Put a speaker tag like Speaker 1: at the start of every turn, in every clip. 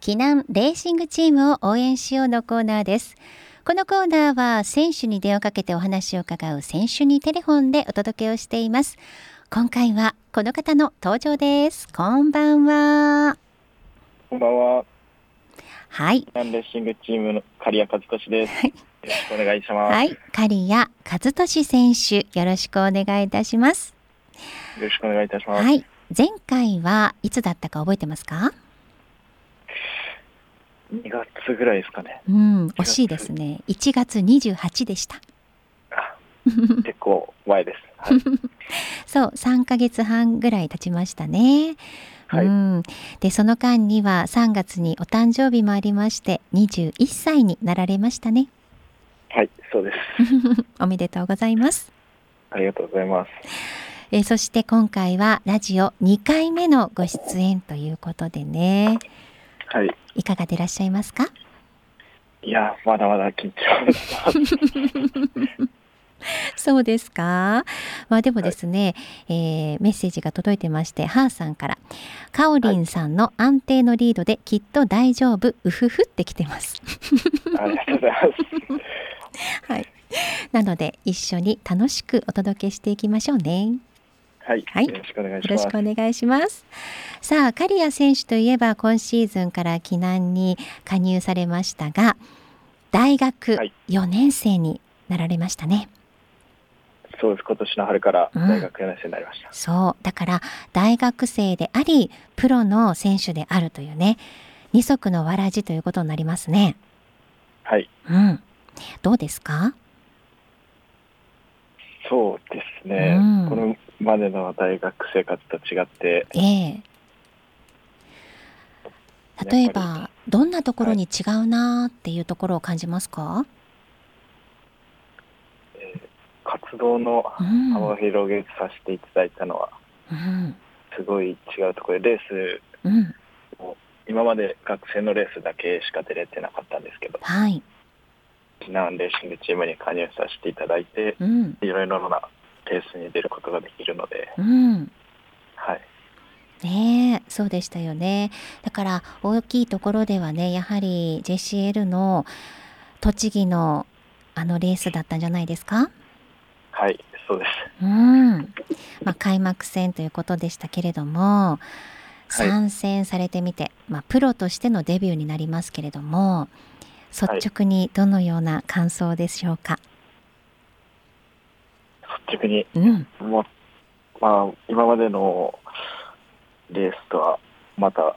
Speaker 1: 避難レーシングチームを応援しようのコーナーです。このコーナーは選手に電話かけてお話を伺う選手にテレフォンでお届けをしています。今回はこの方の登場です。こんばんは。
Speaker 2: こんばんは。
Speaker 1: はい。
Speaker 2: ランレッシングチームの刈谷和俊です。よろしくお願いします。
Speaker 1: はい。刈谷和俊選手、よろしくお願いいたします。
Speaker 2: よろしくお願いいたします。
Speaker 1: はい。前回はいつだったか覚えてますか
Speaker 2: 2月ぐらいですかね。
Speaker 1: うん、惜しいですね。1月28でした。
Speaker 2: あ結構前です。はい。
Speaker 1: そう、3ヶ月半ぐらい経ちましたね。
Speaker 2: はい
Speaker 1: うん、でその間には3月にお誕生日もありまして21歳になられましたね
Speaker 2: はい、そうです。
Speaker 1: おめでとうございます、
Speaker 2: ありがとうございます。
Speaker 1: えーそして今回はラジオ2回目のご出演ということでね
Speaker 2: はい。
Speaker 1: いかがでいらっしゃいますか
Speaker 2: いや、まだまだ緊張してます。
Speaker 1: そうですか。まあでもですね、えーメッセージが届いてまして、ハーさんから、カオリンさんの安定のリードできっと大丈夫、うふふってきてます。
Speaker 2: ありがとうございます。
Speaker 1: はい。なので一緒に楽しくお届けしていきましょうね。
Speaker 2: はい、
Speaker 1: はい
Speaker 2: よろしくお願い
Speaker 1: よ
Speaker 2: し
Speaker 1: ろ
Speaker 2: ます。
Speaker 1: しくお願いします。さあ、刈谷選手といえば今シーズンから避難に加入されましたが、大学
Speaker 2: はい
Speaker 1: 4年生になられましたね。
Speaker 2: そうです。今年の春から大学4年生になりました。
Speaker 1: そう。だから、大学生であり、プロの選手であるというね、二足のわらじということになりますね。
Speaker 2: はい。
Speaker 1: うん。どうですか
Speaker 2: そうですね。
Speaker 1: うん
Speaker 2: これまでの大学生活と違って、
Speaker 1: ええ例え
Speaker 2: やっ
Speaker 1: ば、どんなところに違うなーっていうところを感じますか、
Speaker 2: 活動の
Speaker 1: うん。
Speaker 2: 幅を広げさせていただいたのは、
Speaker 1: うん。
Speaker 2: すごい違うところで、レース
Speaker 1: うん。
Speaker 2: 今まで学生のレースだけしか出れてなかったんですけど、
Speaker 1: はい。
Speaker 2: 避難レーシングチームに加入させていただいて、
Speaker 1: うん。
Speaker 2: いろいろなレースに出ることができるので、
Speaker 1: うん。
Speaker 2: はい、
Speaker 1: ねえ、そうでしたよね。だから大きいところではね、やはり JCL の栃木のあのレースだったんじゃないですか
Speaker 2: はい、そうです。
Speaker 1: うんまあ、開幕戦ということでしたけれども、
Speaker 2: はい
Speaker 1: 参戦されてみて、まあ、プロとしてのデビューになりますけれども
Speaker 2: い
Speaker 1: 率直にどのような感想でしょうか、
Speaker 2: 率直に、
Speaker 1: うん
Speaker 2: もうまあ、今までのレースとはまた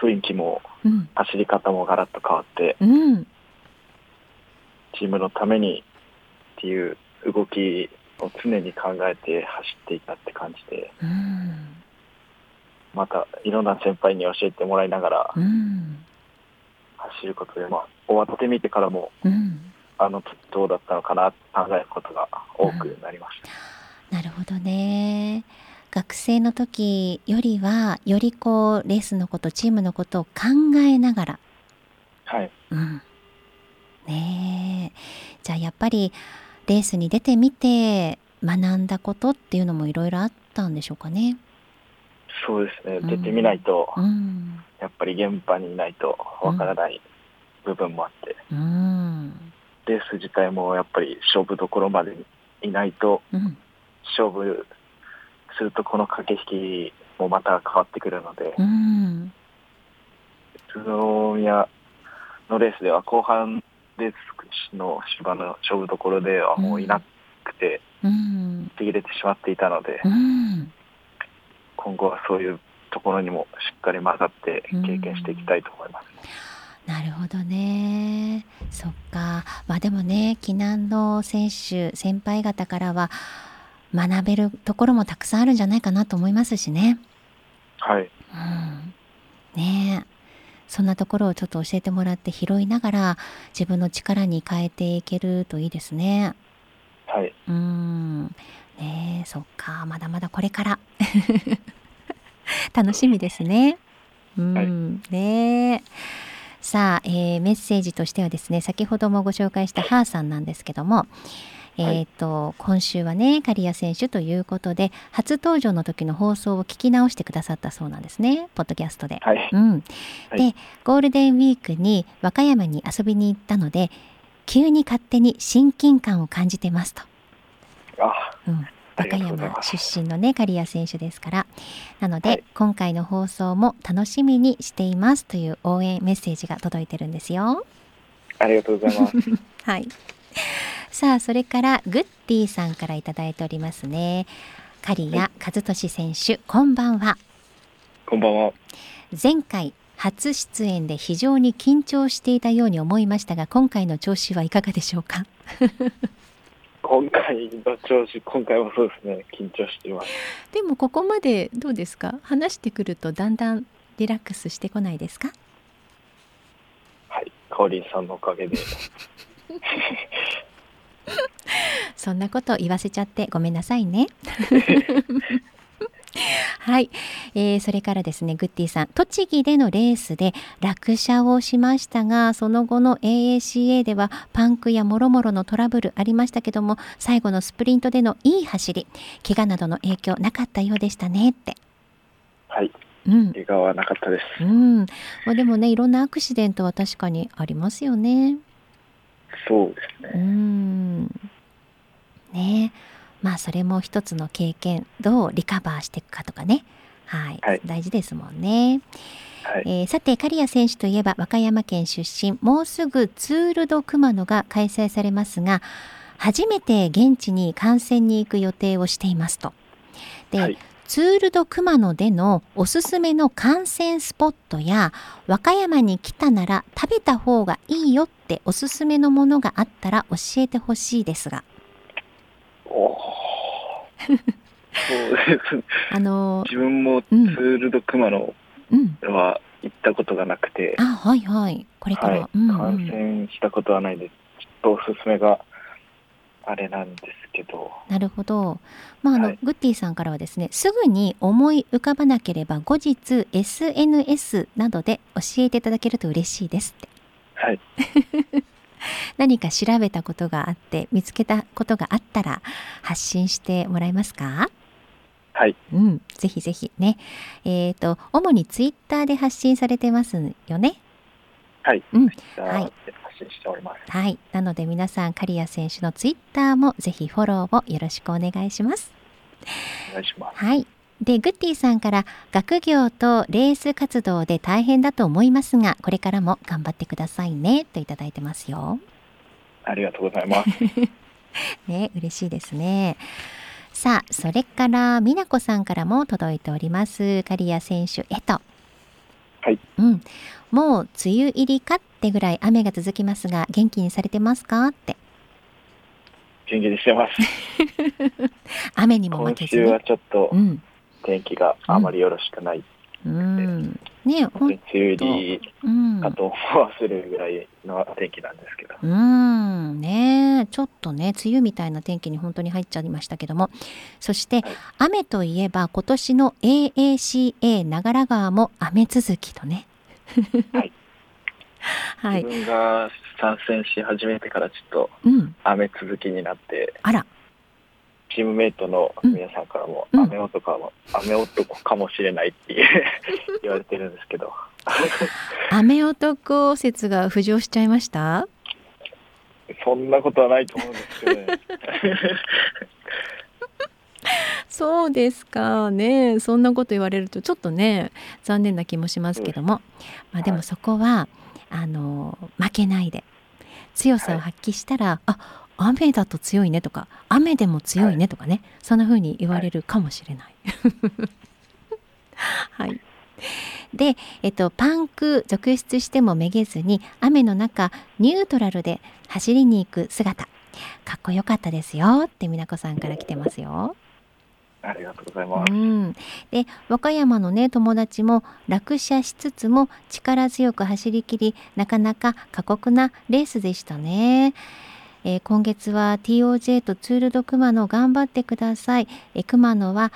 Speaker 2: 雰囲気も
Speaker 1: うん
Speaker 2: 走り方もガラッと変わって、
Speaker 1: うん
Speaker 2: チームのためにっていう動きを常に考えて走っていたって感じで、
Speaker 1: うん
Speaker 2: またいろんな先輩に教えてもらいながら、
Speaker 1: うん
Speaker 2: 走ることで、まあ、終わってみてからも
Speaker 1: うん
Speaker 2: あの時どうだったのかなって考えることが多くなりました、
Speaker 1: なるほどね学生の時よりはよりこうレースのことチームのことを考えながら
Speaker 2: はい
Speaker 1: うん、ねえじゃあやっぱりレースに出てみて学んだことっていうのもいろいろあったんでしょうかね。
Speaker 2: そうですね
Speaker 1: うん
Speaker 2: 出てみないと、
Speaker 1: うん、
Speaker 2: やっぱり現場にいないとわからない部分もあって、
Speaker 1: うん、
Speaker 2: レース自体もやっぱり勝負どころまでいないと
Speaker 1: うん、
Speaker 2: 勝負するとこの駆け引きもまた変わってくるので
Speaker 1: うん、
Speaker 2: 宇都宮のレースでは後半レースの芝の勝負どころではもういなくて
Speaker 1: うん、
Speaker 2: ちぎれてしまっていたので、
Speaker 1: うん、
Speaker 2: 今後はそういうところにもしっかり混ざって経験していきたいと思います。
Speaker 1: なるほどね。そっか。まあでもね、避難の選手、先輩方からは学べるところもたくさんあるんじゃないかなと思いますしね。
Speaker 2: はい、
Speaker 1: うんねえそんなところをちょっと教えてもらって拾いながら自分の力に変えていけるといいですね。
Speaker 2: はい、
Speaker 1: うんねえそっかまだまだこれから 楽しみですね。うん、
Speaker 2: はい
Speaker 1: ねえさあ、えーメッセージとしてはですね先ほどもご紹介したハーさんなんですけども、
Speaker 2: はい
Speaker 1: えっ、と、今週はね、刈谷選手ということで、初登場の時の放送を聞き直してくださったそうなんですね、ポッドキャストで。
Speaker 2: はい。
Speaker 1: うん、で、
Speaker 2: はい
Speaker 1: ゴールデンウィークに和歌山に遊びに行ったので急に勝手に親近感を感じてますと、
Speaker 2: あ、
Speaker 1: うん、
Speaker 2: あ
Speaker 1: 和
Speaker 2: り
Speaker 1: 歌
Speaker 2: がとうござい
Speaker 1: 山
Speaker 2: ます。
Speaker 1: 出身のね刈谷選手ですからなので、
Speaker 2: はい
Speaker 1: 今回の放送も楽しみにしていますという応援メッセージが届いてるんですよ。
Speaker 2: ありがとうござい ます。
Speaker 1: はいさあそれからグッディさんからいただいておりますね刈谷和俊選手こんばんは
Speaker 2: こんばんは。
Speaker 1: 前回初出演で非常に緊張していたように思いましたが今回の調子はいかがでしょうか
Speaker 2: 今回の調子、今回もそうですね。緊張しています。
Speaker 1: でもここまでどうですか話してくるとだんだんリラックスしてこないですか
Speaker 2: はい。かおりんさんのおかげで。
Speaker 1: そんなこと言わせちゃってごめんなさいねはい、えーそれからですねグッディさん栃木でのレースで落車をしましたがその後の AACA ではパンクやもろもろのトラブルありましたけども最後のスプリントでのいい走り怪我などの影響なかったようでしたねって。
Speaker 2: はい。
Speaker 1: うん
Speaker 2: 怪我はなかったです。
Speaker 1: うんまあ、でもねいろんなアクシデントは確かにありますよね。
Speaker 2: そうですね。
Speaker 1: うーんねえまあそれも一つの経験どうリカバーしていくかとかね、はい
Speaker 2: はい
Speaker 1: 大事ですもんね、
Speaker 2: はい。
Speaker 1: えーさて刈谷選手といえば和歌山県出身もうすぐツール・ド・熊野が開催されますが初めて現地に観戦に行く予定をしていますと。で、
Speaker 2: はい
Speaker 1: ツール・ド・熊野でのおすすめの観戦スポットや和歌山に来たなら食べた方がいいよっておすすめのものがあったら教えてほしいですが
Speaker 2: おーそうですね。
Speaker 1: あの
Speaker 2: 自分もツ
Speaker 1: うん
Speaker 2: ールド熊野
Speaker 1: うん
Speaker 2: は行ったことがなくて、
Speaker 1: あはいはいこれか
Speaker 2: は
Speaker 1: ら、
Speaker 2: い、
Speaker 1: うんう
Speaker 2: 感
Speaker 1: ん、
Speaker 2: 染したことはないんで、ちょっとおすすめがあれなんですけど、
Speaker 1: なるほど、まああの
Speaker 2: はい
Speaker 1: グッディさんからはですねすぐに思い浮かばなければ後日 SNS などで教えていただけると嬉しいですって
Speaker 2: はい、
Speaker 1: 何か調べたことがあって見つけたことがあったら発信してもらえますか
Speaker 2: はい、
Speaker 1: うん、ぜひぜひね。えっ、と、主にツイッターで発信されてますよね。
Speaker 2: はい、
Speaker 1: うん
Speaker 2: じゃあ、
Speaker 1: はい
Speaker 2: 発信しております。
Speaker 1: はい。なので皆さん、刈谷選手のツイッターもぜひフォローをよろしくお願いします。
Speaker 2: お願いします。
Speaker 1: はい。で、グッディさんから、学業とレース活動で大変だと思いますが、これからも頑張ってくださいね、といただいてますよ。
Speaker 2: ありがとうございます。
Speaker 1: ね、嬉しいですね。さあ、それから、美奈子さんからも届いております。刈谷選手へと。
Speaker 2: はい。
Speaker 1: うん。もう、梅雨入りかってぐらい雨が続きますが、元気にされてますかって。
Speaker 2: 元気にしてます。
Speaker 1: 雨にも負
Speaker 2: 今
Speaker 1: けず
Speaker 2: 週
Speaker 1: に
Speaker 2: は。ちょっと
Speaker 1: うん。
Speaker 2: 天気があまりよろしくない。
Speaker 1: うん。ね、ほ
Speaker 2: 本当
Speaker 1: ん、
Speaker 2: に梅雨入り
Speaker 1: うん。
Speaker 2: かと思わせるぐらいの天気なんですけど。
Speaker 1: うんねえちょっとね梅雨みたいな天気に本当に入っちゃいましたけどもそして、
Speaker 2: はい
Speaker 1: 雨といえば今年の AACA 長良川も雨続きとね
Speaker 2: はい
Speaker 1: は
Speaker 2: 自
Speaker 1: い、
Speaker 2: 分が参戦し始めてからちょっと
Speaker 1: うん、
Speaker 2: 雨続きになって、
Speaker 1: あら
Speaker 2: チームメイトの皆さんからも、
Speaker 1: うん
Speaker 2: 雨男かも、雨男かもしれないっていう 言われてるんですけど、
Speaker 1: 雨男説が浮上しちゃいました
Speaker 2: そんなことはないと思うんですけど ね、
Speaker 1: そうですかねそんなこと言われるとちょっとね残念な気もしますけども、まあ、で
Speaker 2: は
Speaker 1: も
Speaker 2: い
Speaker 1: そこはあの負けないで強さを発揮したら、あ雨だと強いねとか雨でも強いねとかね、そんな風に言われるかもしれない。はい、で、えっと、パンク続出してもめげずに雨の中ニュートラルで走りに行く姿かっこよかったですよって美奈子さんから来てますよ。
Speaker 2: ありがとうございます。
Speaker 1: うん、で和歌山のね友達も落車しつつも力強く走りきりなかなか過酷なレースでしたね。えー今月は TOJ とツール・ド・熊野頑張ってください。えー熊野は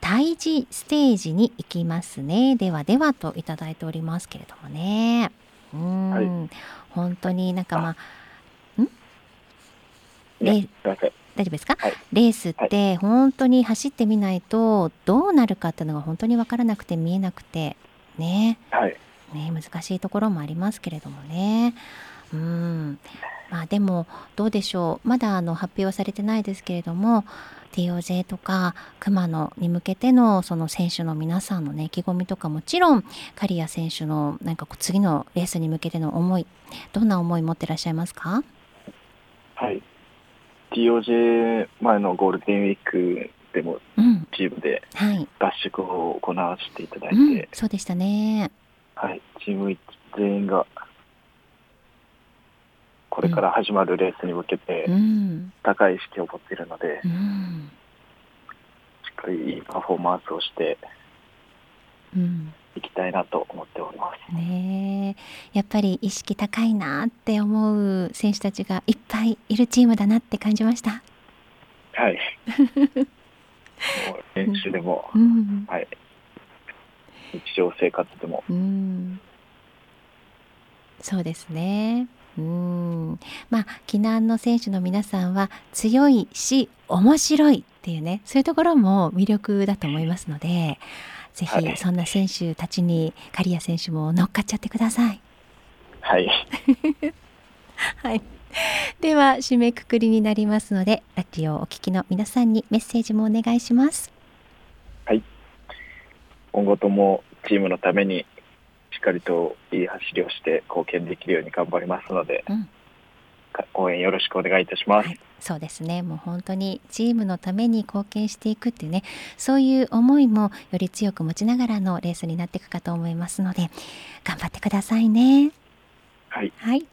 Speaker 1: 胎児ステージに行きますね。ではではといただいておりますけれどもね。うん、
Speaker 2: はい
Speaker 1: 本当になんかまあ、ん
Speaker 2: いや
Speaker 1: レ
Speaker 2: すいません。
Speaker 1: 大丈夫ですか、
Speaker 2: はい
Speaker 1: レースって本当に走ってみないとどうなるかっていうのが本当に分からなくて見えなくてね
Speaker 2: はい、
Speaker 1: ね難しいところもありますけれどもね。うんまあ、でもどうでしょうまだあの発表はされてないですけれども TOJ とか熊野に向けてのその選手の皆さんの、ね、意気込みとかもちろん刈谷選手のなんかこう次のレースに向けての思いどんな思い持ってらっしゃいますか、
Speaker 2: はい、TOJ 前のゴールデンウィークでも
Speaker 1: うん
Speaker 2: チームで
Speaker 1: はい
Speaker 2: 合宿を行わせていただいて、
Speaker 1: うん、そうでしたね。
Speaker 2: はい、チーム全員がこれから始まるレースに向けて
Speaker 1: うん
Speaker 2: 高い意識を持っているので、し
Speaker 1: うん
Speaker 2: っかりいいパフォーマンスをして
Speaker 1: うん
Speaker 2: いきたいなと思っております。
Speaker 1: ねえやっぱり意識高いなって思う選手たちがいっぱいいるチームだなって感じました。
Speaker 2: はい。もう練習でも、
Speaker 1: うん
Speaker 2: はい。日常生活でも、
Speaker 1: うん、そうですね。うん、まあ避難の選手の皆さんは強いし面白いっていうねそういうところも魅力だと思いますのでぜ
Speaker 2: は
Speaker 1: ひ
Speaker 2: い
Speaker 1: そんな選手たちに刈谷選手も乗っかっちゃってください。
Speaker 2: はい。
Speaker 1: はい。では締めくくりになりますのでラジオをお聞きの皆さんにメッセージもお願いします。
Speaker 2: 今後ともチームのために、しっかりといい走りをして貢献できるように頑張りますので、
Speaker 1: うん
Speaker 2: か応援よろしくお願いいたします。
Speaker 1: はいそうですね。もう本当にチームのために貢献していくっていうね、そういう思いもより強く持ちながらのレースになっていくかと思いますので、頑張ってくださいね。
Speaker 2: はい。
Speaker 1: はい。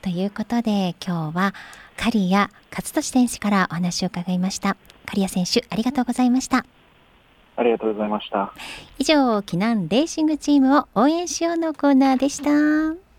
Speaker 1: ということで今日は刈谷勝利選手からお話を伺いました。刈谷選手ありがとうございました。
Speaker 2: ありがとうございました。
Speaker 1: 以上、避難レーシングチームを応援しようのコーナーでした。